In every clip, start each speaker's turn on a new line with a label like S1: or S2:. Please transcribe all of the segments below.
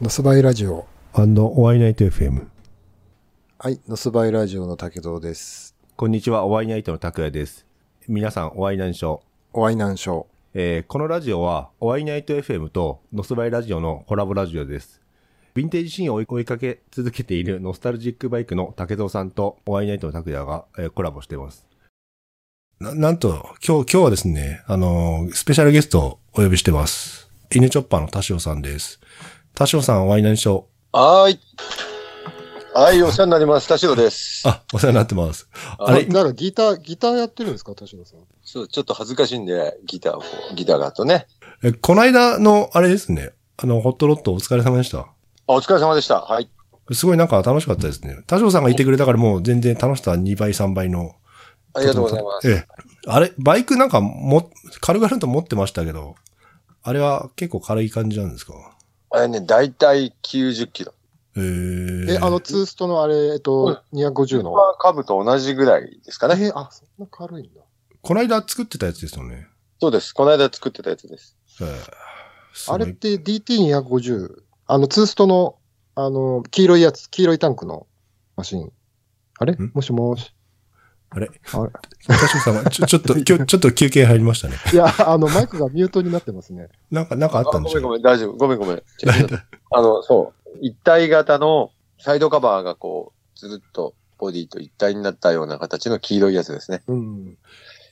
S1: のすばいラジオ。
S2: お会いナイト FM。
S1: はい、のすばいラジオの竹堂です。
S3: こんにちは、お会いナイトの拓也です。皆さん、お会いなんしょ
S1: お会いなんしょ
S3: う。えーこのラジオは、お会いナイト FM と、ノスバイラジオのコラボラジオです。ヴィンテージシーンを追い追いかけ続けているノスタルジックバイクの竹蔵さんと、お会いナイトの拓也が、えーコラボしています。
S2: な、なんと、今日、今日はですね、あのー、スペシャルゲストをお呼びしてます。犬チョッパーの田代さんです。田代さん、お会い何しょ
S4: はーい。はい、お世話になります。田代です
S2: う。。あ、お世話になってます。
S4: あ
S2: あれ
S1: なんかギター、ギターやってるんですか、田代さん。
S4: そう、ちょっと恥ずかしいんで、ギターをこう、ギターがとね。
S2: え、この間の、あれですね、あの、ホットロットお疲れ様でした。
S4: あ、お疲れ様でした。はい。
S2: すごいなんか楽しかったですね。田代さんがいてくれたからもう全然楽しさは2倍、3倍の。
S4: ありがとうございます。
S2: ええ。あれ、バイクなんかも、軽々と持ってましたけど、あれは結構軽い感じなんですか
S4: あれね、だいたい90キロ。
S2: えー、
S1: え、あの、ツーストのあれ、えっと、250
S4: スー
S1: の。
S4: パーカブと同じぐらいですかね。
S1: えー、あ、そんな軽いんだ。
S2: この間作ってたやつですよね。
S4: そうです。この間作ってたやつです。
S2: ええすご
S1: あ
S2: い
S1: れって DT250。あの、ツーストの、あの、黄色いやつ、黄色いタンクのマシン。あれ
S2: ん
S1: もしもし。
S2: あ
S1: あ
S2: れ
S1: れ
S2: 田代さんは、ちょ、ちょっ と、今日、ちょっと休憩入りましたね。
S1: いや、あの、マイクがミュートになってますね。
S2: なんか、なんかあったんでし
S4: ご
S2: ょう
S4: めんごめん、大丈夫。ごめんご めん。ちょっとあの、そう。一体型のサイドカバーがこう、ずっとボディと一体になったような形の黄色いやつですね。
S1: うん。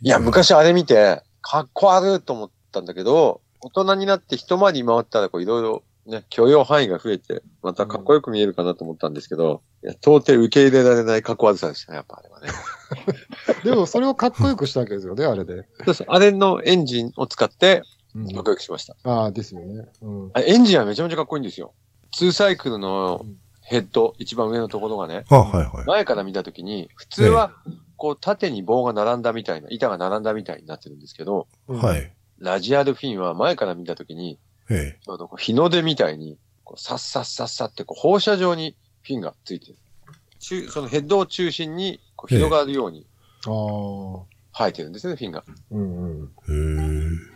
S4: いや、昔あれ見て、かっこ悪いと思ったんだけど、大人になって一回り回ったら、こういろいろね、許容範囲が増えて、またかっこよく見えるかなと思ったんですけど、いや、到底受け入れられないかっこ悪さでしたね、やっぱあれは ね。
S1: でも、それをかっこよくしたわけですよね、あれで。
S4: そうそう、あれのエンジンを使って、
S1: うん
S4: かっこよくしました。
S1: ああ、ですよね。うん。。
S4: あエンジンはめちゃめちゃかっこいいんですよ。ツーサイクルのヘッド、一番上のところがね、
S2: あ、はいは
S4: 前から見たときに、普通は、こう、縦に棒が並んだみたいな、板が並んだみたいになってるんですけど、
S2: い。はいい。
S4: ラジアルフィンは前から見たときに、
S2: ええ。
S4: ちょうどこう日の出みたいに、こうさっさっさっさってこう放射状にフィンがついてる。中そのヘッドを中心にこう
S2: ええ
S4: 広がるように
S1: ああ。
S4: 生えてるんですよね、フィンが。
S1: うんうん。
S2: へえ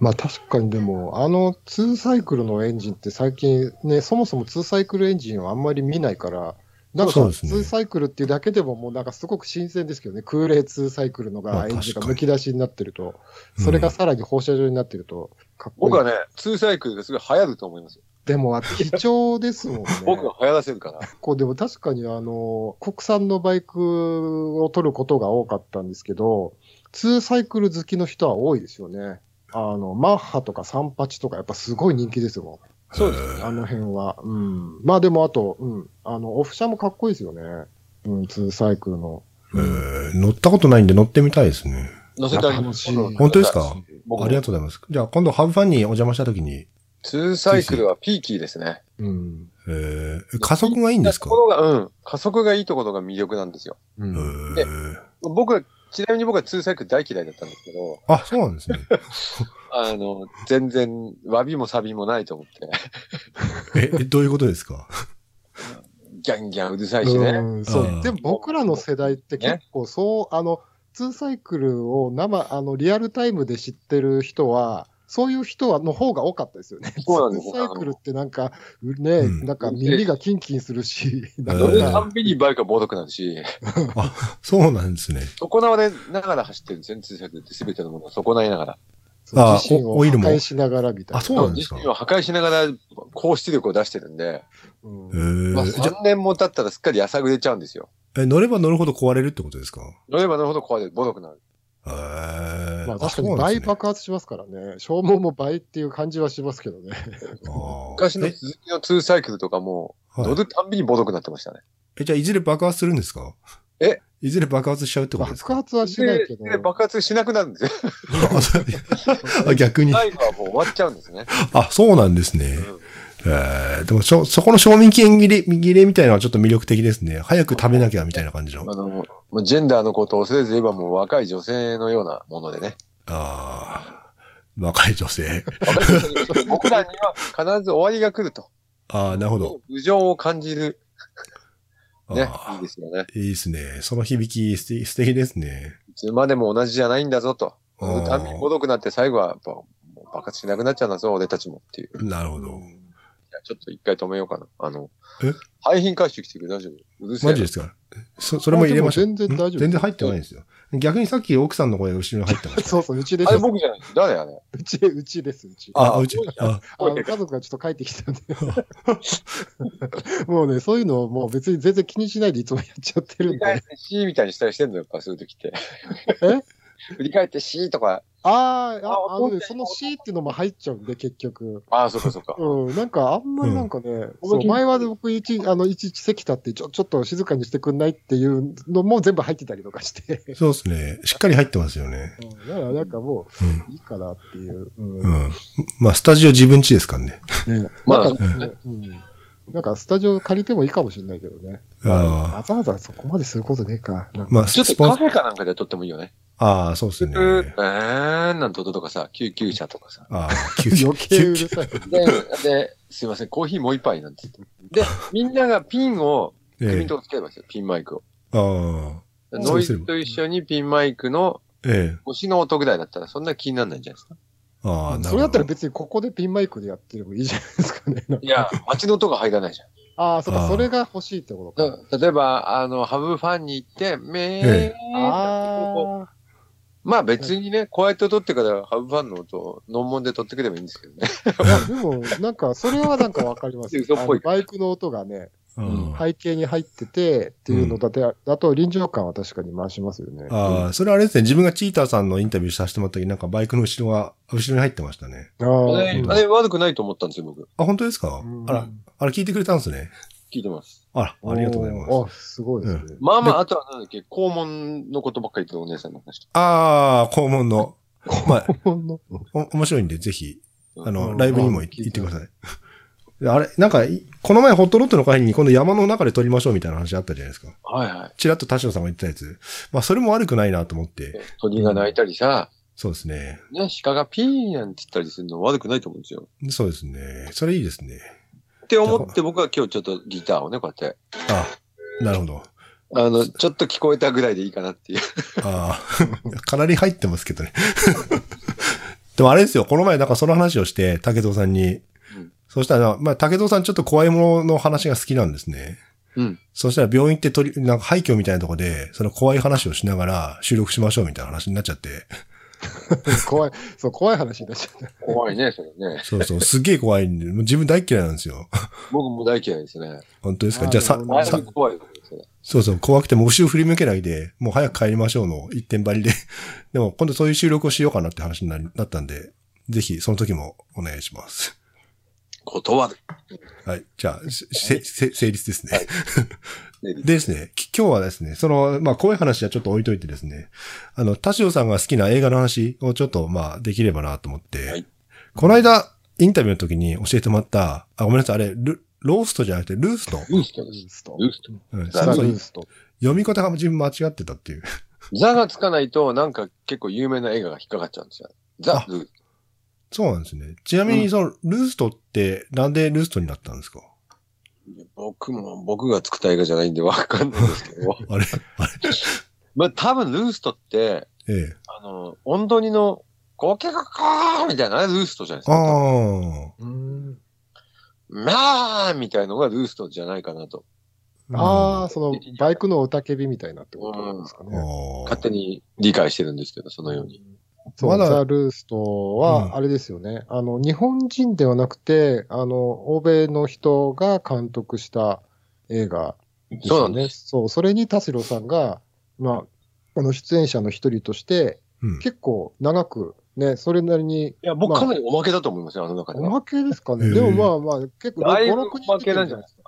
S1: まあ確かにでも、あの2サイクルのエンジンって最近ね、そもそも2サイクルエンジンをあんまり見ないから、なんか
S2: そうですね
S1: 2サイクルっていうだけでももうなんかすごく新鮮ですけどね、空冷2サイクルの
S2: まあ
S1: がエンジンが
S2: 確か
S1: む
S2: に
S1: き出しになってると、それがさらに放射状になってると、かっこいい。
S4: 僕はね、ツーサイクルがすごい流行ると思いますよ。
S1: でも、貴重ですもんね。
S4: 僕が流行らせるから。
S1: こうでも確かにあの、国産のバイクを取ることが多かったんですけど、2サイクル好きの人は多いですよね。あの、マッハとかサンパチとかやっぱすごい人気ですもん。
S4: そうですよね。
S1: あの辺は。うん。まあでもあと、うん。あの、オフ車もかっこいいですよね。うん、ツーサイクルの。
S2: ええ乗ったことないんで乗ってみたいですね。
S4: 乗せたり
S1: 楽しい
S2: 本当ですか
S4: 僕
S2: ありが
S4: も
S2: とうございます。じゃあ、今度、ハブファンにお邪魔したときに、
S4: ツーサイクルはピーキーですね。
S1: うん。
S2: ええ加速がいいんですか
S4: ところが、うん。加速がいいところが魅力なんですよ。
S1: う
S2: え
S1: ん。
S2: え
S4: で僕は、ちなみに僕はツーサイクル大嫌いだったんですけど、
S2: あ、そうなんですね。
S4: あの、全然、わびもさびもないと思って、
S2: え、えどういうことですか
S4: ギャンギャンうるさいしね。
S1: うんそう
S2: うん
S1: でも僕らの世代って結構そう、あの、ツーサイクルを生、あの、リアルタイムで知ってる人は、そういう人はの方が多かったですよね。
S4: そうなんです
S1: ツーサイクルってなんか、ね、
S2: うん
S1: なんか耳がキンキンするし、なん
S2: う
S4: 乗
S2: ん
S4: る
S1: か
S4: たんびにバイクがボロくなるし、
S2: そうなんですね。
S4: 損なわれながら走ってるんですよね、通作って全てのものを損ないながら。
S2: あ
S1: 自身
S2: お
S1: を
S2: オ
S1: 破
S2: イルも
S1: 壊しながらみたいな。
S2: あそうなんです
S4: 自
S2: か
S4: 身を破壊しながら高出力を出してるんで、
S1: うん
S2: ええ
S4: まあ、
S2: じゃ
S4: 3年も経ったらすっかりやさぐれちゃうんですよ。
S2: え、乗れば乗るほど壊れるってことですか
S4: 乗れば乗るほど壊れる、ボロくなる。
S2: ええ
S1: まあ確
S2: あ
S1: か
S2: そ
S1: に
S2: うなんで
S1: 倍
S2: すね
S1: 爆発しますからね。消耗も倍っていう感じはしますけどね。
S2: ああ
S4: 昔の
S2: え
S4: 鈴木のツーサイクルとかも、
S2: はい
S4: 乗るたんびにボロくなってましたね。
S2: え、じゃあ、いずれ爆発するんですか
S4: え
S2: いずれ爆発しちゃうってことです
S1: 爆
S2: か
S1: 発はしないけ
S4: で
S1: ど。
S4: で爆発しなくなるんですよ。
S2: あ逆に。
S4: ライブはもう終わっちゃうんですね。
S2: あ、そうなんですね。
S4: うん
S2: えー、でも、そ、そこの賞味期限切れ、切れみたいなのはちょっと魅力的ですね。早く食べなきゃみたいな感じの。
S4: あ
S2: あ
S4: の、もうジェンダーのことを恐れず言えばもう若い女性のようなもので ね。
S2: あー、若い女性。
S4: 若い女性に僕らには必ず終わりが来ると。
S2: ああ、なるほど。
S4: 無情を感じる。ね。い
S2: あ
S4: いですよね。
S2: ーいいですね。その響き、素敵素敵ですね。
S4: いつまでも同じじゃないんだぞと。
S2: あー
S4: たびにもどくなって最後はやっぱもう爆発しなくなっちゃうんだぞ、俺たちもっていう。
S2: なるほど。
S4: ちょっと一回止めようかな。あの
S2: え、
S4: 廃品回収来てくれ、大丈夫。うるせえな。
S2: マジですかそ、それも入れましょう。
S1: あでも全然大丈夫
S2: ん全然入ってないんですよ。逆にさっき奥さんの声が後ろに入ってました。
S1: そうそう、うちで
S4: あ
S1: す
S4: れ。僕じゃないです。誰あれ
S1: うち、うちです、うち。
S2: あ、うち、あ、
S1: あの家族がちょっと帰ってきたんで。 もうね、そういうのをもう別に全然気にしないでいつもやっちゃってる
S4: 振
S1: ん
S4: り
S1: で
S4: 返っ。てシーみたいにしたりしてんのよ、やっぱそういう時って。
S1: え
S4: 振り返ってシーとか。
S1: あーあ、
S4: あ
S1: あの
S4: 思っ
S1: ね、
S4: た
S1: その C っていうのも入っちゃうんで、結局。
S4: ああ、そっかそっか。
S1: うん、なんかあんまりなんかね、そう前は僕いち、あの、いちいち席立って、ちょ、ちょっと静かにしてくんないっていうのも全部入ってたりとかして。
S2: そうですね。しっかり入ってますよね。
S1: うん、だからなんかも
S2: うん。
S1: う、いいかなっていう。うん
S2: うん。まあ、スタジオ自分家ですからね。
S1: ね
S4: まあ
S1: なんかねうんなんかスタジオ借りてもいいかもしれないけどね。
S2: あ
S1: わざわざそこまですることねえか。なん
S2: あ。
S1: か
S2: まあ、
S4: ちょっ
S2: ス
S4: と
S2: ポ
S4: カ
S2: ン
S4: フェかなんかで撮ってもいいよね。
S2: ああ、そうです
S4: え
S2: ね。
S4: ー、なんととかさ、救急車とかさ。
S2: ああ、
S1: 余計 うるさい。
S4: で、で、すいません、コーヒーもう一杯なんつって。で、みんながピンを、
S2: え
S4: 組とつければいいですよ、ピンマイクを。
S2: え。ああ。そ
S4: ノ
S2: う
S4: イ
S2: すれば
S4: ズと一緒にピンマイクの
S2: ええ。
S4: 星の音ぐらいだったら、そんな気にならないんじゃないですか。
S2: ああ、なるほど。
S1: それだったら別にここでピンマイクでやってればいいじゃないですか ね。
S4: いや、街の音が入らないじゃん。
S1: ああ、そっ
S2: あ
S1: か、
S2: ー
S1: それが欲しいってことか。
S4: だ例えば、あの、ハブファンに行って、めー、
S2: え
S1: あ
S4: まあ別にね、こうやって撮ってから、ハブファンの音を、ノンモンで撮ってくればいいんです けどね。
S1: あ、いやでも、なんか、それはなんかわかります。
S4: 嘘っぽい
S1: あのバイクの音がね、
S2: うん
S1: 背景に入っててっていうのだって、あと臨場感は確かに増しますよね。
S2: ああ、それあれですね。自分がチーターさんのインタビューさせてもらった時なんかバイクの後ろが、後ろに入ってましたね。
S1: あ
S4: あ
S1: ー
S4: れ、あれ悪くないと思ったんですよ、僕。
S2: あ、本当ですか
S1: うん
S2: あら、あれ聞いてくれたんですね。
S4: 聞いてます。
S2: あら、ありがとうございます。
S1: す。あ、すごいですね。
S4: まあまあ、あとはなんだっけ、肛門のことばっかり言ってたお姉さんの話とか。
S2: ああ、肛門の。まあ、
S1: ほんの
S2: お面白いんで、ぜひ、あ
S1: う
S2: の、
S1: ん
S2: ライブにも行行ってください。であれ、なんか、い この前ホットロットの会に今度山の中で撮りましょうみたいな話あったじゃないですか。
S4: はいはい。
S2: ちらっと田代さんが言ってたやつ。まあ、それも悪くないなと思って。
S4: 鳥が鳴いたりさ、
S2: そうですね。
S4: ね、鹿がピーなんて言ったりするの悪くないと思うんですよ。
S2: そうですね。それいいですね。
S4: って思って僕は今日ちょっとギターをね、こうやって、
S2: あ、なるほど。
S4: あの、ちょっと聞こえたぐらいでいいかなっていう。
S2: あ あ、かなり入ってますけどね。 でもあれですよ、この前なんかその話をして、竹蔵さんに。
S4: うん
S2: そしたら、まあ、竹蔵さんちょっと怖いものの話が好きなんですね。
S4: うん。
S2: そしたら病院って取り、なんか廃墟みたいなとこで、その怖い話をしながら収録しましょうみたいな話になっちゃって。
S1: 怖い、 そう、怖い話になっちゃった。
S4: 怖いね、それね。
S2: そうそう、すっげえ怖いんで、もう自分大っ嫌いなんですよ。
S4: 僕も大嫌いですね。
S2: 本当ですか
S1: あー
S2: じゃあさ
S1: なるほど
S4: あ
S1: ね
S2: さ
S4: れ、怖いですね。
S2: そうそう、怖くてもう後ろ振り向けないで、もう早く帰りましょうの一点張りで。 でも今度そういう収録をしようかなって話になりなったんで、ぜひその時もお願いします。
S4: 断る。
S2: はい。じゃあ、せ、せ、せ成立です ね。
S4: 成
S2: でですね、き今日はですね、その、まあ、怖い話はちょっと置いといてですね、あの、田代さんが好きな映画の話をちょっと、まあ、できればなと思って、
S4: はい
S2: この間、インタビューの時に教えてもらった、あ、ごめんなさい、あれ、ルローストじゃなくて、ルースト。
S4: ルースト
S1: ル
S4: です。
S1: ースト。
S4: ルースト。
S2: うん、
S1: ザ・ル
S2: そう
S1: ースト。
S2: 読み方が自分間違ってたっていう。
S4: ザがつかないと、なんか結構有名な映画が引っかかっちゃうんですよ。ザ
S2: あ、
S4: ルースト。
S2: そうなんですね。ちなみ
S4: う
S2: に、その、ルーストって、なんでルーストになったんですか
S4: 僕も、僕が作った映画じゃないんでわかんないですけ ど。
S2: あれ
S4: まあ多分ルーストって、
S2: ええ。
S4: あの、温度にの、ゴケゴカーみたいな、あれルーストじゃないです
S2: あ
S4: か。
S2: あ。
S1: うん
S4: まあみたいのがルーストじゃないかなと。
S1: ああ、その、バイクの雄たけびみたいなってことですか
S2: うん、
S1: ね。
S2: あ
S4: 勝手に理解してるんですけど、そのように。
S1: そう、
S2: まだ
S1: ザ・ルースト
S2: うん
S1: は、あれですよね。あの、日本人ではなくて、あの、欧米の人が監督した映画です
S4: そうな
S1: よ
S4: ん
S1: ね。
S4: で
S1: そう、それに田代さんが、まあ、あの、出演者の一人として、
S2: うん。
S1: 結構長く、ね、それなりに、
S4: いや、僕
S1: まあ
S4: かなりおまけだと思いますよ、あの中で
S1: お
S4: は。
S1: まけですか
S2: へ
S1: ね。
S2: え
S1: でもまあまあ、結構、
S4: だい
S1: 5、
S4: ぶ
S1: 6
S4: お
S1: 人
S4: ま
S1: 出て
S4: けな
S1: るん
S4: んじ
S1: じゃな
S4: ゃな
S1: いい
S4: ですか。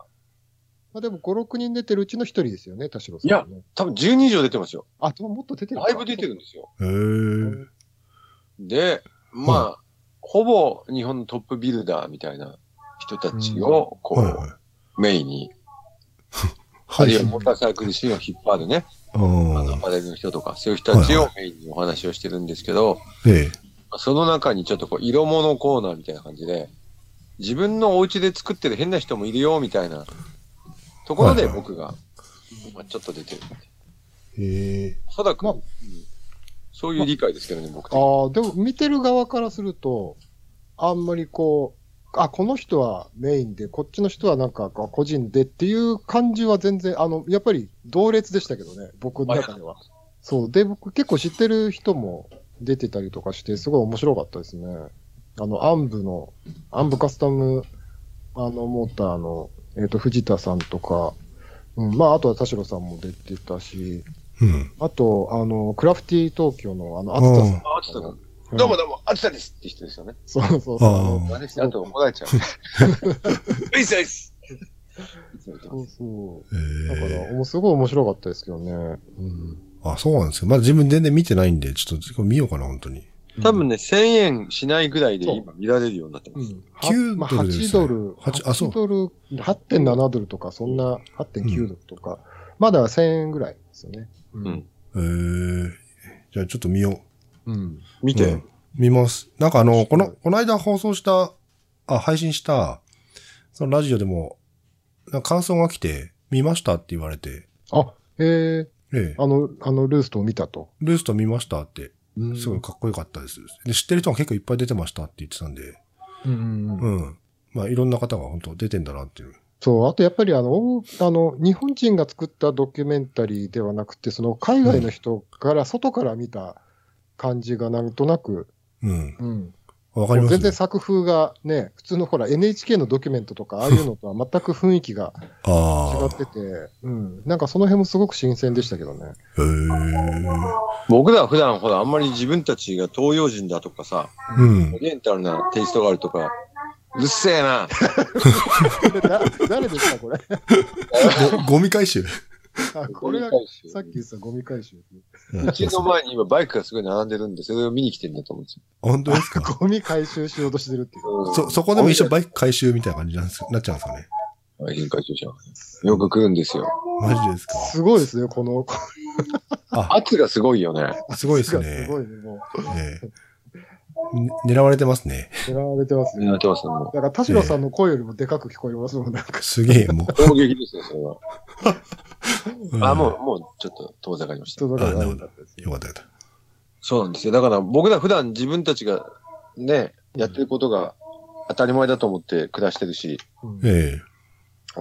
S1: まあでも5、6人出てるうちの一人ですよね、田代さん、ね。
S4: 多分12以上出てますよ。
S1: あ、でももっと出てるか
S4: だいぶ出てるんですよ。
S2: へえ。
S4: で、まあ、ほぼ日本のトップビルダーみたいな人たちを、こう、
S2: はいはい。
S4: メインに、あ
S2: は
S4: るい
S2: い
S4: は。モーターサイクルシーンを引っ張るね、あの、ア
S2: ああ。
S4: パレルの人とか、そういう人たちをメインにお話をしてるんですけど、
S2: ええ。
S4: その中にちょっとこう、色物コーナーみたいな感じで、自分のお家で作ってる変な人もいるよ、みたいなところで
S2: はいはい
S4: 僕が、まあ、ちょっと出てる。
S2: へえ。
S4: ただく、
S1: まあ
S4: うんそういう理解ですけどね、僕的に
S1: ああ、でも見てる側からすると、あんまりこう、あ、この人はメインで、こっちの人はなんかこう個人でっていう感じは全然、あの、やっぱり同列でしたけどね、僕の中では。そう。で、僕結構知ってる人も出てたりとかして、すごい面白かったですね。あの、アンブの、アンブカスタム、あの、モーターの、えっ、と、藤田さんとか、うん、まあ、あとは田代さんも出てたし、
S2: うん。
S1: あと、あの、クラフティ東京の、あの、厚田さん
S4: あ、ちょっと、
S1: うん
S4: どうもどうも、あつたですって人ですよね。
S1: そうそうそう。あの
S4: 真似して、あと怒られちゃう。ういっすういっすいつも言って
S1: そ
S4: ま
S1: うそう。
S2: え
S1: だから、
S2: ー、
S1: もうすごい面白かったですけどね。うん。
S2: あ、そうなんですよ。まだ自分全然見てないんで、ちょっと見ようかな、本当に。
S4: す多分ね、1000円しないぐらいで今見られるようになってます。。
S2: 9
S1: まあ、
S2: ドルですね
S1: 8ドル、
S2: 8あそう
S1: 8ドル、8.7ドルとか、そんな8.9ドルとか、まだ1000円ぐらいですよね。うん
S2: えー、じゃあちょっと見よう。
S1: うん。
S4: 見て、
S2: うん見ます。なんかあの、この、この間放送した、あ、配信した、そのラジオでも、なんか感想が来て、見ましたって言われて、
S1: あ、え
S2: ええ
S1: ー、、あの、あの、ルーストを見たと。
S2: ルースト見ましたって、
S1: うん
S2: すごい。かっこよかったです。で、知ってる人が結構いっぱい出てましたって言ってたんで、
S1: うんうんう。
S2: うんん。まあ、いろんな方が本当出てんだなっていう。
S1: そう、あとやっぱりあの、おあの、日本人が作ったドキュメンタリーではなくて、その、海外の人から、外から見た感じがなんとなく、
S2: うん。
S1: うん。
S2: わかります
S1: 全然作風がね、普通のほら NHK のドキュメント とか、ああいうのとは全く雰囲気が違
S2: あ
S1: ってて、うん、なんかその辺もすごく新鮮でしたけどね。
S2: あ。へえ。
S4: 僕らは普段ほら、あんまり自分たちが東洋人だとかさ、
S2: うん
S4: オ。リエンタルなテイストがあるとか、うるせえな。
S1: だ誰ですか、こ れ。
S2: ごゴミ回収。
S1: あこれが
S4: ゴミ回収
S1: さっき言ってたゴミ回収。
S4: うちの前に今バイクがすごい並んでるんで、それを見に来てるんだと思うんです
S2: 本当ですか
S1: ゴミ回収しようとしてるっていう。
S4: よ。
S2: そ、そこでも一緒に
S4: バイ
S2: バイク回収みたいな感じなんですなっちゃうんですかね。
S4: ク。バイク回収者。よく来るんですよ。
S2: マジですか
S1: すごいですね、この、
S4: 圧がすごいよね。
S2: すごいです
S1: が
S2: ね
S1: す。ごいね、も
S2: ええね狙われてますね。
S1: う、狙われてますね。
S4: 狙ってますね、も
S1: だから田代さんの声よりもでかく聞こえますもん、なんか。
S2: すげえ、も
S4: う。攻撃ですね、それは。
S2: う。
S4: あ、も
S2: ん
S4: う、もうちょっと遠ざかりました
S1: 人。だから
S2: あなるほどよかったよかっ
S4: そうなんですよ。だから僕ら普段自分たちがね、やってることが当たり前だと思って暮らしてるし、
S1: うん
S2: た。え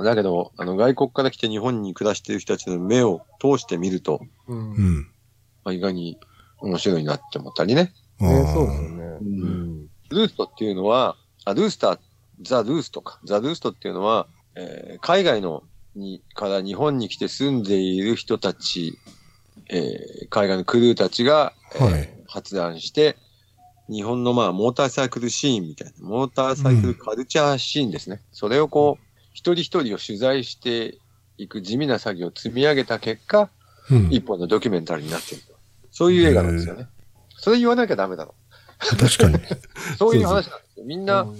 S4: だけど、あの外国から来て日本に暮らしてる人たちの目を通してみると、
S1: う
S2: え
S1: ん
S2: う
S1: ね
S2: ん。
S4: まあ、意外に面白いなって思ったりね。
S2: あー
S1: そうですよね。
S4: んルーストっていうのは、あ、ルースター、ザ・ルーストか。ザ・ルーストっていうのは、えー海外のにから日本に来て住んでいる人たち、えー海外のクルーたちが、えー
S2: はい
S4: 発案して、日本のまあモーターサイクルシーンみたいな、モーターサイクルカルチャーシーンですね。それをこう、一人一人を取材していく地味な作業を積み上げた結果、
S2: うん。
S4: 一本のドキュメンタリーになっていると。そういう映画なんですよね。それ言わなきゃダメだろ。
S2: 確かに。
S4: そういう話なんですよ。みんな
S1: うん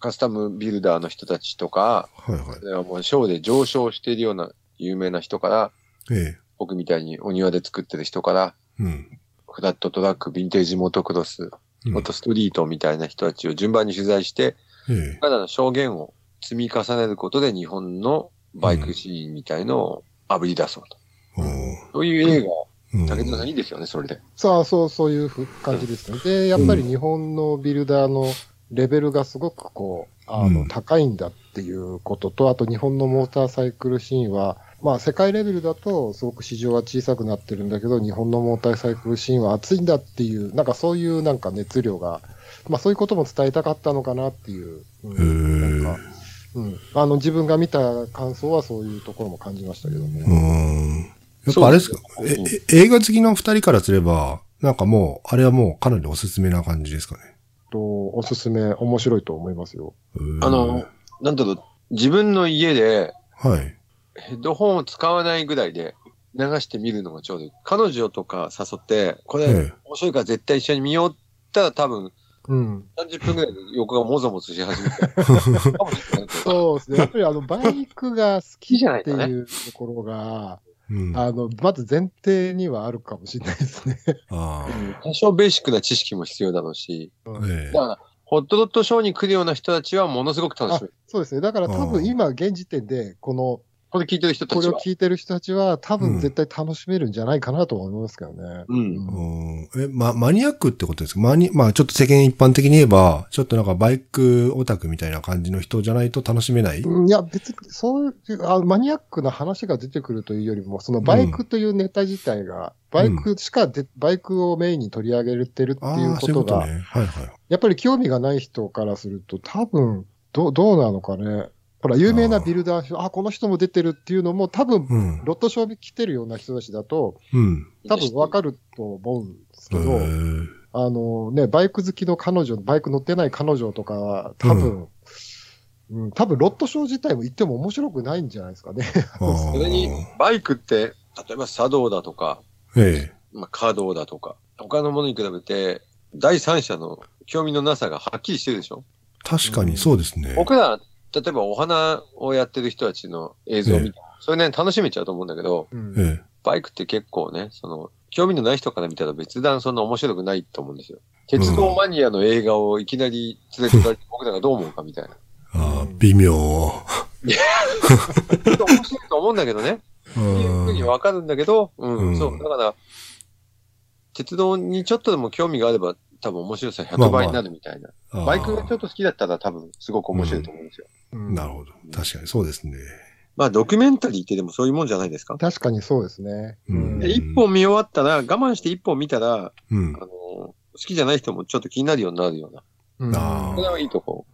S4: カスタムビルダーの人たちとか、
S2: はいはい
S4: そ。れはもうショーで上昇しているような有名な人から、
S2: ええ。
S4: 僕みたいにお庭で作ってる人から、
S2: うん。
S4: フラットトラック、ヴィンテージモトクロス、
S2: うん
S4: モトストリートみたいな人たちを順番に取材して、
S2: ええ。
S4: 彼らの証言を積み重ねることで日本のバイクシーンみたいのを炙り出そうと。
S2: おー
S4: そういう映
S2: うん
S4: 画、竹田さんいいですよね、それで。
S1: そうそう、そういうふ感じですね。で、やっぱり日本のビルダーのレベルがすごくこう、あ
S2: う
S1: の、
S2: ん
S1: 高いんだっていうことと、あと日本のモーターサイクルシーンは、まあ世界レベルだとすごく市場は小さくなってるんだけど、日本のモーターサイクルシーンは熱いんだっていう、なんかそういうなんか熱量が、まあそういうことも伝えたかったのかなっていう。うん
S2: へえ
S1: なんかうん、あの自分が見た感想はそういうところも感じましたけどね。
S2: うーん。やっぱあれですか
S4: そう
S2: え
S4: ですね、
S2: え映画好きの二人からすれば、なんかもう、あれはもうかなりおすすめな感じですかね。
S1: とおすすめ、面白いと思いますよ。
S2: うーん
S4: あの、、なんだろう、自分の家で
S2: はい。
S4: ヘッドホンを使わないぐらいで流してみるのがちょうどいい。彼女とか誘って、これ
S2: ええ
S4: 面白いから絶対一緒に見ようって言ったら多分
S1: うん。
S4: 30分ぐらいで横がもぞもぞし始めて。かもし れないけど
S1: そうですね。やっぱり あの、バイクが好きって
S4: 好きじゃない
S1: いうところが、
S2: うん。あ
S1: あの、まず前提にはあるかもしれないですね。
S2: あー。
S4: 多少ベーシックな知識も必要だろうし、
S2: ええ
S4: だから、ホットドットショーに来るような人たちはものすごく楽しみ。
S1: そうですね。だから多
S2: う
S1: 分
S2: ん
S1: 今現時点で、この、
S4: これ聞いてる人た
S1: こ
S4: ち
S1: れを
S4: は。
S1: 聞いてる人たちは多分絶対楽しめるんじゃないかなとは思いますけどね。
S4: う
S2: うん
S4: ん。
S2: え、ま、マニアックってことですかマニ、まあ、ちょっと世間一般的に言えば、ちょっとなんかバイクオタクみたいな感じの人じゃないと楽しめない、
S1: うんいや、別に、そういう、あマニアックな話が出てくるというよりも、そのバイクというネタ自体が、バイクしかで、バイクをメインに取り上げてるって
S2: あ
S1: いう
S2: あ、
S1: こ
S2: そういう
S1: と
S2: こと
S1: が、
S2: ね。はいはい。
S1: やっぱり興味がない人からすると、多分、どう、どうなのかね。ほら、有名なビルダー人、あ、この人も出てるっていうのも、多分、
S2: うん。
S1: ロットショーに来てるような人たちだと、
S2: うん。
S1: 多分わかると思うんですけ
S2: へ
S1: ど、
S2: ー
S1: あのね、バイク好きの彼女、バイク乗ってない彼女とかは、多分、うん、多分ロットショー自体も行っても面白くないんじゃないですかね。
S2: あー
S4: それに、バイクって、例えば茶道だとか、
S2: ええ。
S4: まあ、華道だとか、他のものに比べて、第三者の興味のなさがはっきりしてるでしょ、
S2: 確かにそうですね。
S4: 僕ら、例えばお花をやってる人たちの映像を見て、それね、楽しめちゃうと思うんだけど、
S1: うん
S2: ええ。
S4: バイクって結構ね、その、興味のない人から見たら別段そんな面白くないと思うんですよ。鉄道マニアの映画をいきなり連れてかれて、僕らがどう思うかみたいな。
S2: ああ、微妙。
S4: ちょっと面白いと思うんだけどね。
S2: う
S4: っていうふうに
S2: ん。
S4: わかるんだけど、うん、
S2: うん
S4: そう。だから、鉄道にちょっとでも興味があれば、多分面白さ
S2: まあ
S4: 100
S2: まあ
S4: 倍になるみたいな。
S2: あー
S4: バイクがちょっと好きだったら多分すごく面白いと思うんですよ。
S1: うん
S2: なるほど。確かにそうですね。
S4: まあ、ドキュメンタリーってでもそういうもんじゃないですか。
S1: 確かにそうですね。
S2: うん
S4: で、一本見終わったら、我慢して一本見たら、
S2: うん
S4: あの。好きじゃない人もちょっと気になるようになるような。
S1: うん
S2: あ
S4: これはいいとこ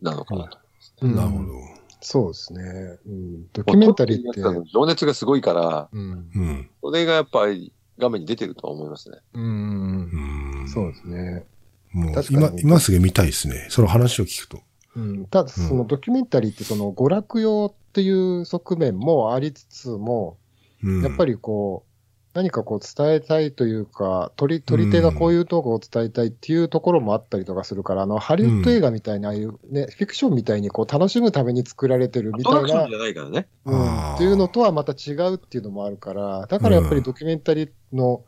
S4: なのかなと。
S1: うん
S2: なるほど。
S1: そうですね、うん。ドキュメンタリーって、
S4: 撮ってるやつらの情熱がすごいから、
S1: うん
S2: うん。
S4: それがやっぱり画面に出てるとは思いますね。
S1: うん
S2: うん。
S1: そうですね。
S2: もう
S1: 確か
S2: 今、
S1: に
S2: 今すぐ見たいですね。その話を聞くと。
S1: うん、ただ、そのドキュメンタリーって、その娯楽用っていう側面もありつつも、
S2: うん
S1: やっぱりこう、何かこう伝えたいというか、取り、取り手がこういうとこを伝えたいっていうところもあったりとかするから、あの、ハリウッド映画みたいな、ああいうね、フィクションみたいにこう楽しむために作られてるみたい
S4: アトラクショ
S1: な
S4: ンじ、ゃないからね。
S1: うん、っていうのとはまた違うっていうのもあるから、だからやっぱりドキュメンタリーの、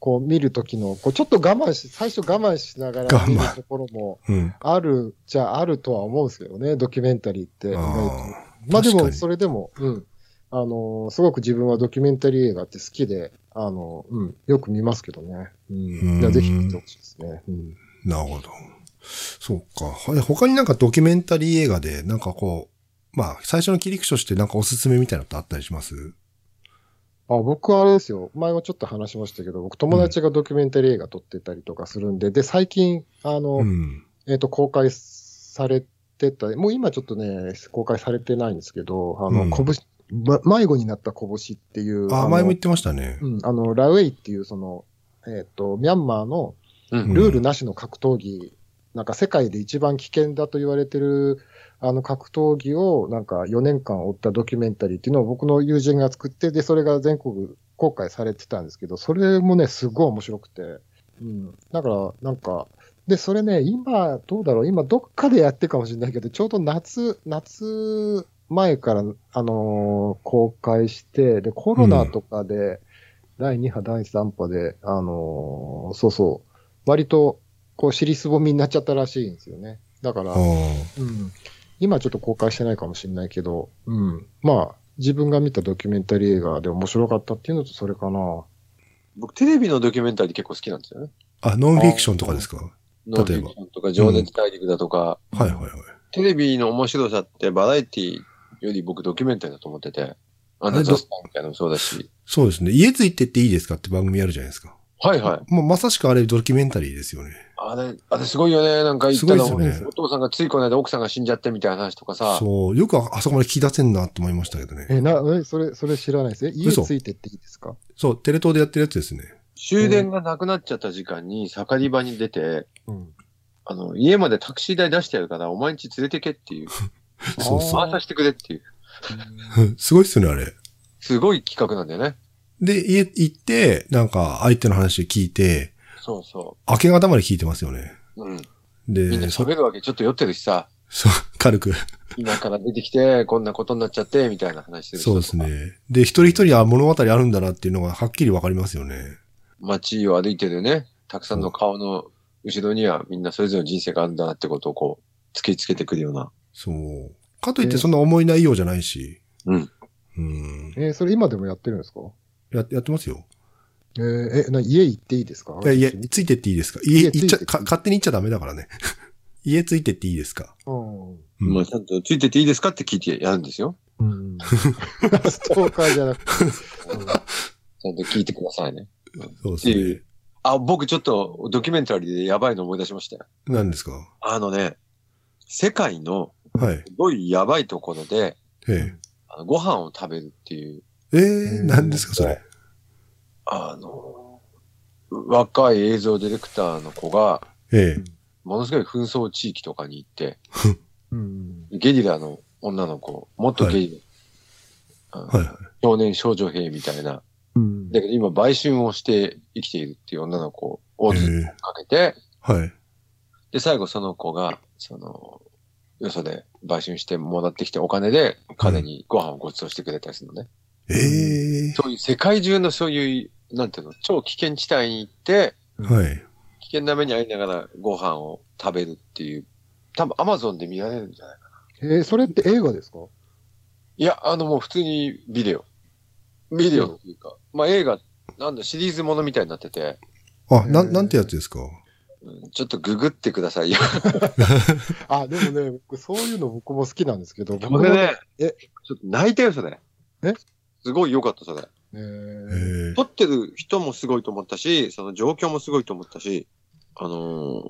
S1: こう見るときの、こうちょっと我慢し、最初我慢しなが
S2: 我
S1: ら
S2: 慢
S1: 見るところも
S2: うん。
S1: ある、じゃあるとは思うんですけどね、ドキュメンタリーって。意外と
S2: あ
S1: まあで
S2: 確か
S1: も、
S2: に
S1: それでも、うん。あのーすごく自分はドキュメンタリー映画って好きで、あのーうん、よく見ますけどね。うん。
S2: うん
S1: いやぜひ見てほしいですね。うん。
S2: あ、なるほど。そうか。ほ他になんかドキュメンタリー映画で、なんかこう、まあ、最初の切り口としてなんかおすすめみたいなのってあったりします
S1: あ僕はあれですよ。前もちょっと話しましたけど、僕友達がドキュメンタリー映画撮ってたりとかするんで、で、最近、あの、
S2: うん。
S1: えっ、と、公開されてた、もう今ちょっとね、公開されてないんですけど、あの、
S2: うん
S1: 拳、ま、迷子になった拳っていう、
S2: ああ、
S1: の
S2: 前も言ってましたね。
S1: うん、あの、ラウェイっていう、その、えっ、と、ミャンマーの
S4: うん
S1: ルールなしの格闘技、なんか世界で一番危険だと言われてる、あの格闘技をなんか4年間追ったドキュメンタリーっていうのを僕の友人が作って、で、それが全国公開されてたんですけど、それもね、すごい面白くて。うん。だから、なんか、で、それね、今、どうだろう、今どっかでやってるかもしれないけど、ちょうど夏、夏前から、あのー公開して、で、コロナとかで、第2波、第3波で、あのーそうそう、割と、こう、尻すぼみになっちゃったらしいんですよね。だから、
S2: ああ。
S1: うん、今ちょっと公開してないかもしれないけど、うん、まあ、自分が見たドキュメンタリー映画で面白かったっていうのとそれかな。
S4: 僕、テレビのドキュメンタリー結構好きなんですよね。
S2: あ、ノンフィクションとかですか
S4: ノンフ
S2: 例え
S4: ィ
S2: ば
S4: クションとか、情熱大陸だとか、
S2: はいはいはい。
S4: テレビの面白さってバラエティより僕ドキュメンタリーだと思ってて、アナザースターみたいなのもそうだし、
S2: そうですね。家ついてっていいですかって番組あるじゃないですか。
S4: はいはい。
S2: もうまさしくあれドキュメンタリーですよね。
S4: あれ、あれすごいよね。なんか言ったら、
S2: すごいですよね
S4: お父さんがついこの間奥さんが死んじゃってみたいな話とかさ、
S2: そう。よくああそこまで聞き出せんなと思いましたけどね。
S1: え、な、え、それ、それ知らないです。え、家
S2: 嘘
S1: ついてっていいですか
S2: そう、テレ東でやってるやつですね。
S4: 終電がなくなっちゃった時間に盛り場に出て、
S1: うん。
S4: あの、家までタクシー代出してやるから、お前ん家連れてけっていう、
S2: そうそう
S4: 回させてくれっていう、
S2: すごいっすよね、あれ。
S4: すごい企画なんだよね。
S2: で、家行って、なんか相手の話聞いて、
S4: そうそ
S2: 明け方まで聞いてますよね。
S4: う。うん。みんな
S2: で、そ
S4: 喋るわけ、ちょっと酔ってるしさ、
S2: そう、軽く。
S4: 今から出てきて、こんなことになっちゃって、みたいな話してる人
S2: そうです。ね。で、一人一人は物語あるんだなっていうのがはっきりわかりますよね。
S4: 街を歩いてるね、たくさんの顔の後ろにはみんなそれぞれの人生があるんだなってことをこう、突きつけてくるような。
S2: そう。かといってそんな思いないようじゃないし。
S4: うん。
S2: うん。
S1: えーそれ今でもやってるんですか
S2: や、やってますよ。
S1: えーえ、な、家行っていいですか
S2: いや、いや、
S1: 私
S2: ついてっていいですか家、
S1: 家
S2: 行っち
S1: つ
S2: ゃ、
S1: いてっていい
S2: か、勝手に行っちゃダメだからね。 家ついてっていいですか
S1: うん。
S2: うん
S4: まあ、ちゃんとついてていいですかって聞いてやるんですよ。
S1: うん。ストーカーじゃ なくて。
S4: ちゃんと聞いてくださいね。
S2: そうです
S4: い
S2: ね
S4: い。あ、僕ちょっとドキュメンタリーでやばいの思い出しましたよ。
S2: 何ですか
S4: あのね、世界の
S2: はい。
S4: すごいやばいところで、
S2: え
S4: あのご飯を食べるっていう、
S2: え。ええ、何ですかそれ。
S4: あの、若い映像ディレクターの子が、
S2: ええ。
S4: ものすごい紛争地域とかに行って、
S1: うん。
S4: ゲリラの女の子、もっとゲリラ、あの
S2: はいは
S4: 少年少女兵みたいな、
S1: うん
S4: だけど今売春をして生きているっていう女の子を
S2: い。
S4: ずっ
S2: ええ。
S4: とかけて、
S2: はい。
S4: で、最後その子が、その、よそで売春してもらってきてお金で、金にご飯をご馳走してくれたりするのね。
S2: ええ。
S4: そういう世界中のそういう、なんていうの、超危険地帯に行って、
S2: はい。
S4: 危険な目に遭いながらご飯を食べるっていう、多分アマゾンで見られるんじゃないかな。
S1: えーそれって映画ですか
S4: いや、あのもう普通にビデオ。ビデオっていうか、まあ映画、なんだ、シリーズものみたいになってて、
S2: あ、なん、なんてやつですか
S4: うんちょっとググってくださいよ。
S1: あ、でもね、僕、そういうの僕も好きなんです けど、僕
S4: こ
S1: も
S4: れね、
S1: え
S4: ちょっと泣いたよ、それ。
S1: え
S4: すごい良かった、それ。
S1: え
S2: え
S1: ー
S2: え
S4: 撮。ってる人もすごいと思ったし、その状況もすごいと思ったし、あの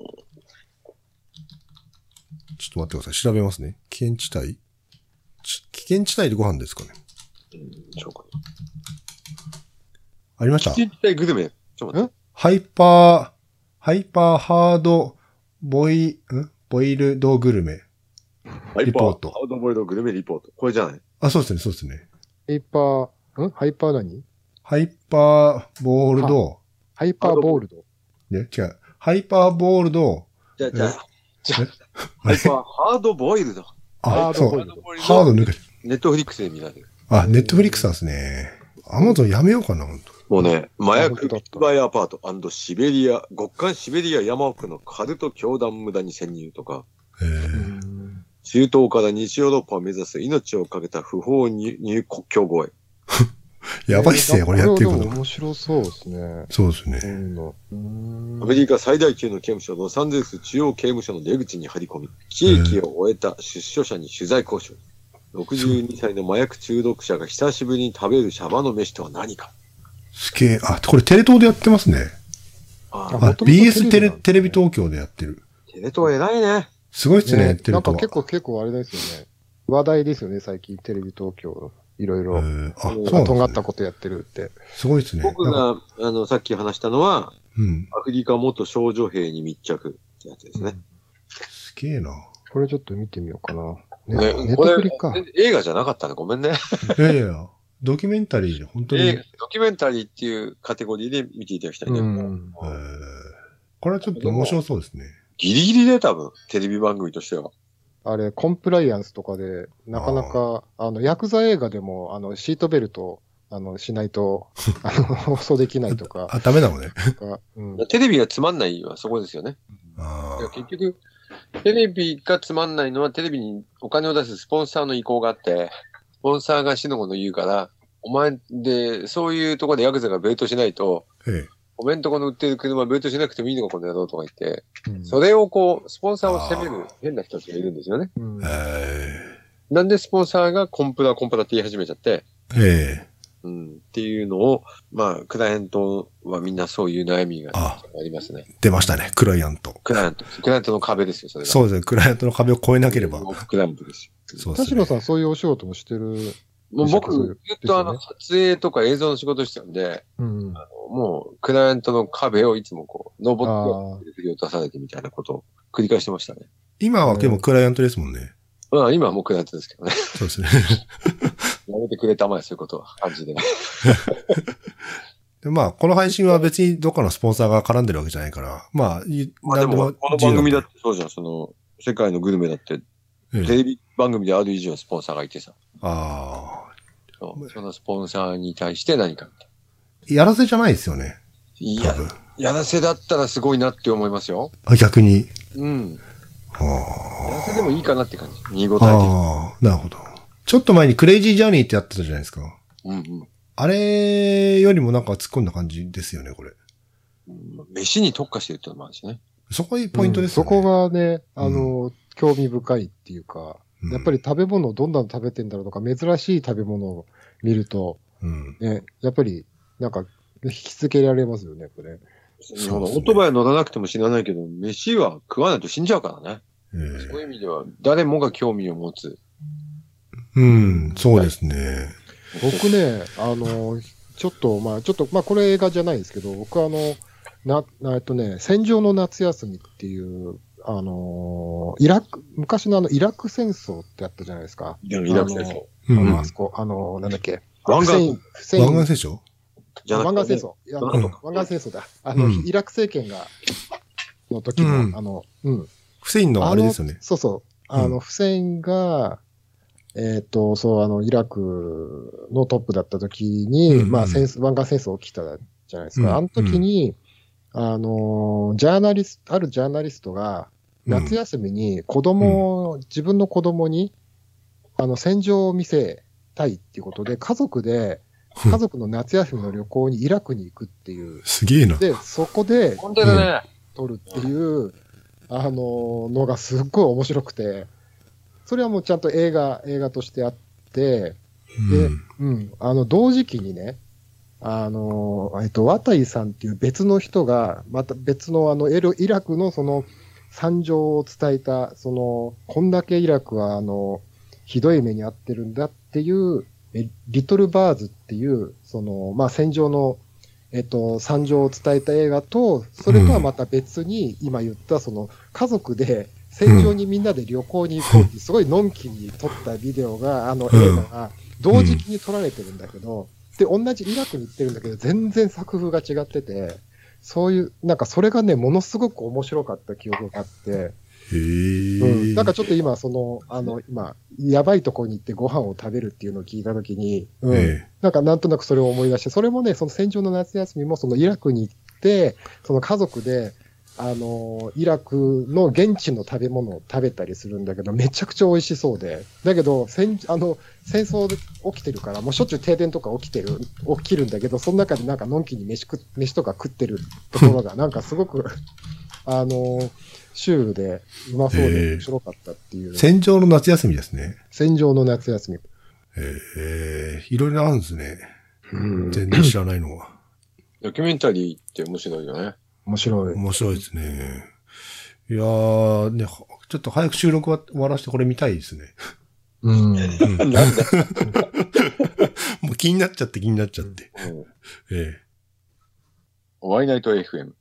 S2: ちょっと待ってください。調べますね。危険地帯ち危険地帯でご飯ですかね。
S4: ー、うんそうか
S2: ありまし
S4: な
S2: た
S4: 地。域体グルメ。ちょっと待って。
S2: ハイパー、ハイパーハード、ボイ、んボイルドグルメ。リポート
S4: ハードボイルドグルメリポート。これじゃない。
S2: あ、そうですね、そうですね。
S1: ハイパー、んハイパー何
S2: ハイパーボールド、
S1: ハイパーボールド。
S2: ね、違う。ハイパーボールド、
S4: じゃあ、じゃ
S2: え
S4: あ、じゃあ、ハイパーハードボイルド。
S1: ハ
S2: あ、
S1: ード
S2: そ
S1: ボイル
S2: う。
S1: ド。
S2: ハード抜けて。
S4: ネットフリックスで見られる。
S2: あ、ネットフリックスなんですね。アマゾンやめようかな、ほんと。
S4: もうね、麻
S1: あ本当
S4: 薬
S1: だ
S4: ビッグバイアパートシベリア、極寒シベリア山奥のカルト教団無駄に潜入とか、
S2: え
S1: う
S2: ー
S1: ん
S4: 中東から西ヨーロッパを目指す命をかけた不法入入国境越え。
S2: やばいっすね、これやってるこ
S1: えーでも
S2: と。
S1: 面白そうですね。
S2: そうです
S1: そう
S2: ね。
S1: いうの。う
S4: アメリ
S1: ん
S4: カ最大級の刑務所、ロサンゼルス中央刑務所の出口に張り込み、刑期を終えた出所者に取材交渉。62歳の麻薬中毒者が久しぶりに食べるシャバの飯とは何か。
S2: すげえ。あ、これテレ東でやってますね。
S4: あ
S1: あ
S4: あ、
S2: あ、
S1: 元々テレビなんです
S2: BS
S1: ね
S2: テレ、テレビ東京でやってる。
S4: テレ東偉いね。
S2: すごいっすね、
S1: ね
S2: テレ
S1: なんか
S2: 東
S1: 結構結構あれですよね。話題ですよね、最近テレビ東京。いろいろ。
S2: えーあ、そう
S1: なんか
S2: な
S1: 尖
S2: ん
S1: っ
S2: です
S1: た
S2: ね。
S1: ことやってるって。
S2: すごいっすね。
S4: 僕
S2: なんか
S4: が、あの、さっき話したのは、
S2: うん。
S4: アフリカ元少女兵に密着ってやつですね。
S2: すげえな。
S1: これちょっと見てみようかな。ね、ネ
S4: ね
S1: ッ
S4: こ
S1: トフ
S4: れ
S1: リか。、
S4: 映画じゃなかったね。ごめんね。
S2: いや いや、ドキュメンタリーで本当に。
S4: 映
S2: え
S4: 画ドキュメンタリーっていうカテゴリーで見ていただきたいね。
S1: うん。
S2: ーこれはちょっと面白そうですね。
S4: ギリギリで多分、テレビ番組としては。
S1: あれ、コンプライアンスとかで、なかなか、あの、ヤクザ映画でも、あの、シートベルト、あの、しない と、あの、放送できないとか、
S2: あ、ダメなのね。
S1: とかうん。
S4: テレビがつまんないはそこですよね。
S2: あー
S4: 結局、テレビがつまんないのは、テレビにお金を出すスポンサーの意向があって、スポンサーが死の子の言うから、お前で、そういうところでヤクザがベルトしないと、
S2: ええ。
S4: おめんとこの売ってる車ベルトしなくてもいいのか、この野郎とか言って、
S1: うん
S4: それをこう、スポンサーを責める変な人たちがいるんですよね。
S1: うん
S2: え
S4: なんでスポンサーがコンプラコンプラって言い始めちゃって、
S2: えええ。
S4: うん、っていうのを、まあ、クライアントはみんなそういう悩みがありますね。
S2: 出ましたね、クライアント。
S4: クライアント、クライアントの壁ですよ、それが。
S2: そうですね、クライアントの壁を越えなければ。
S4: クライアントですよ。
S2: そうで
S1: 田
S2: す
S1: 代
S2: ね。
S1: さん、そういうお仕事もしてる。
S4: もう僕、
S1: そ
S4: ず
S1: う
S4: っとあ
S1: で
S4: の、
S1: す
S4: 撮影とか映像の仕事してたんで、
S1: うん。あ
S4: もう、クライアントの壁をいつもこう、登
S1: あ
S4: って、振り落とされてみたいなことを繰り返してましたね。
S2: 今はでもクライアントですもんね。
S4: まあ、今はもうクライアントですけどね。
S2: そうですね。
S4: やめてくれたまえ、そういうことは、感じで。
S2: でまあ、この配信は別にどっかのスポンサーが絡んでるわけじゃないから、まあ、い
S4: まあで
S2: な
S4: も、
S2: ん
S4: この番組だっ
S2: 自
S4: てそうじゃん、その、世界のグルメだって、
S2: 由だ
S4: テ
S2: ええ
S4: レビ番組である以上スポンサーがいてさ、
S2: ああ。
S4: そうそのスポンサーに対して何か。
S2: やらせじゃないですよね。
S4: い
S2: 多
S4: や、
S2: 分。
S4: やらせだったらすごいなって思いますよ。
S2: あ逆に。
S4: うん。
S2: あ
S4: やらせでもいいかなって感じ。見応え
S2: あ。ああ、なるほど。ちょっと前にクレイジージャーニーってやってたじゃないですか。
S4: うんうん
S2: あれよりもなんか突っ込んだ感じですよね、これ。
S4: うん。飯に特化してるってのもあるしね。
S2: そこいいポイントです
S1: そ
S2: よね。
S1: こがね、あの、興味深いっていうか、
S2: うん
S1: やっぱり、食べ物をどんなの食べてんだろうとか、珍しい食べ物を見ると、
S2: うん。
S1: ね、やっぱり、なんか、引きつけられますよね、これ。
S2: うですね
S4: オートバイ乗らなくても死なないけど、飯は食わないと死んじゃうからね。
S2: ええ
S4: そういう意味では、誰もが興味を持つ。
S2: うん、そうですね。
S1: 僕ね、あの、ちょっと、まあ、ちょっと、まあ、これ映画じゃないですけど、僕あの、な、なえっとね、戦場の夏休みっていう、あの、イラク、昔のあの、イラク戦争ってあったじゃないですか。
S4: イラ
S1: イラク戦争
S2: う
S1: あ
S2: ん。
S1: の、あ
S2: 湾
S1: そこ、あの、なんだっけ。
S4: 湾岸
S1: フセイン、フセイン
S2: 岸戦争
S4: じゃな
S1: 湾
S4: く
S1: 岸
S4: て
S1: 戦
S4: ね、
S1: 争。いや、
S4: うん
S1: 湾岸戦争だ。あの、
S2: うん
S1: イラク政権が、の時の、
S2: うん
S1: あの、うん。
S2: フセインのあれですよね。
S1: そうそう。あの、フセインが、えっ、と、そう、あの、イラクのトップだった時に、
S2: うんうん
S1: まあ、戦争、湾岸戦争起きたじゃないですか。
S2: うん
S1: あの時に、あの、ジャーナリスト、あるジャーナリストが、夏
S2: うん
S1: 休みに子供を、自分の子供に、あの、戦場を見せたいっていうことで、家族で、
S2: うん
S1: 家族の夏休みの旅行にイラクに行くっていう。
S2: すげえな。
S1: で、そこで
S4: 本当だね。
S1: 撮るっていう、あののがすっごい面白くて、それはもうちゃんと映画、映画としてあって、
S2: うん
S1: うん、あの、同時期にね、あのえっと、綿井さんっていう別の人が、また別のあの、エルイラクのその惨状を伝えた、その、こんだけイラクはあの、ひどい目に遭ってるんだっていう、えリトルバーズっていう、その、まあ、戦場の、えっと、惨状を伝えた映画と、それとはまた別に、今言った、その、家族で、戦場にみんなで旅行に行こうって、すごいのんきに撮ったビデオが、あの映画が、同時期に撮られてるんだけど、で、同じイラクに行ってるんだけど、全然作風が違ってて、そういう、なんかそれがね、ものすごく面白かった記憶があって、
S2: へえ。
S1: うん、なんかちょっと今、その、あの、今、やばいとこに行ってご飯を食べるっていうのを聞いたときに、うん
S2: え
S1: なんかなんとなくそれを思い出して、それもね、その戦場の夏休みも、そのイラクに行って、その家族で、あの、イラクの現地の食べ物を食べたりするんだけど、めちゃくちゃ美味しそうで、だけど、戦あの戦争で起きてるから、もうしょっちゅう停電とか起きてる、起きるんだけど、その中でなんかのんきに飯食飯とか食ってるところが、なんかすごく、あの、シュールで、うまそう
S2: へえ
S1: で面白かったっていう
S2: え。、戦場の夏休みですね。
S1: 戦場の夏休み。
S2: ええ。いろいろあるんですね。全然知らないのは。
S4: ドキュメンタリーって面白いよね。
S1: 面白い。
S2: 面白いですね。いやー、ね、ほちょっと早く収録は終わらしてこれ見たいですね。
S1: うん。
S4: なんだ。
S2: もう気になっちゃって気になっちゃって。
S4: うん
S2: ええ。
S4: ワイナイト FM。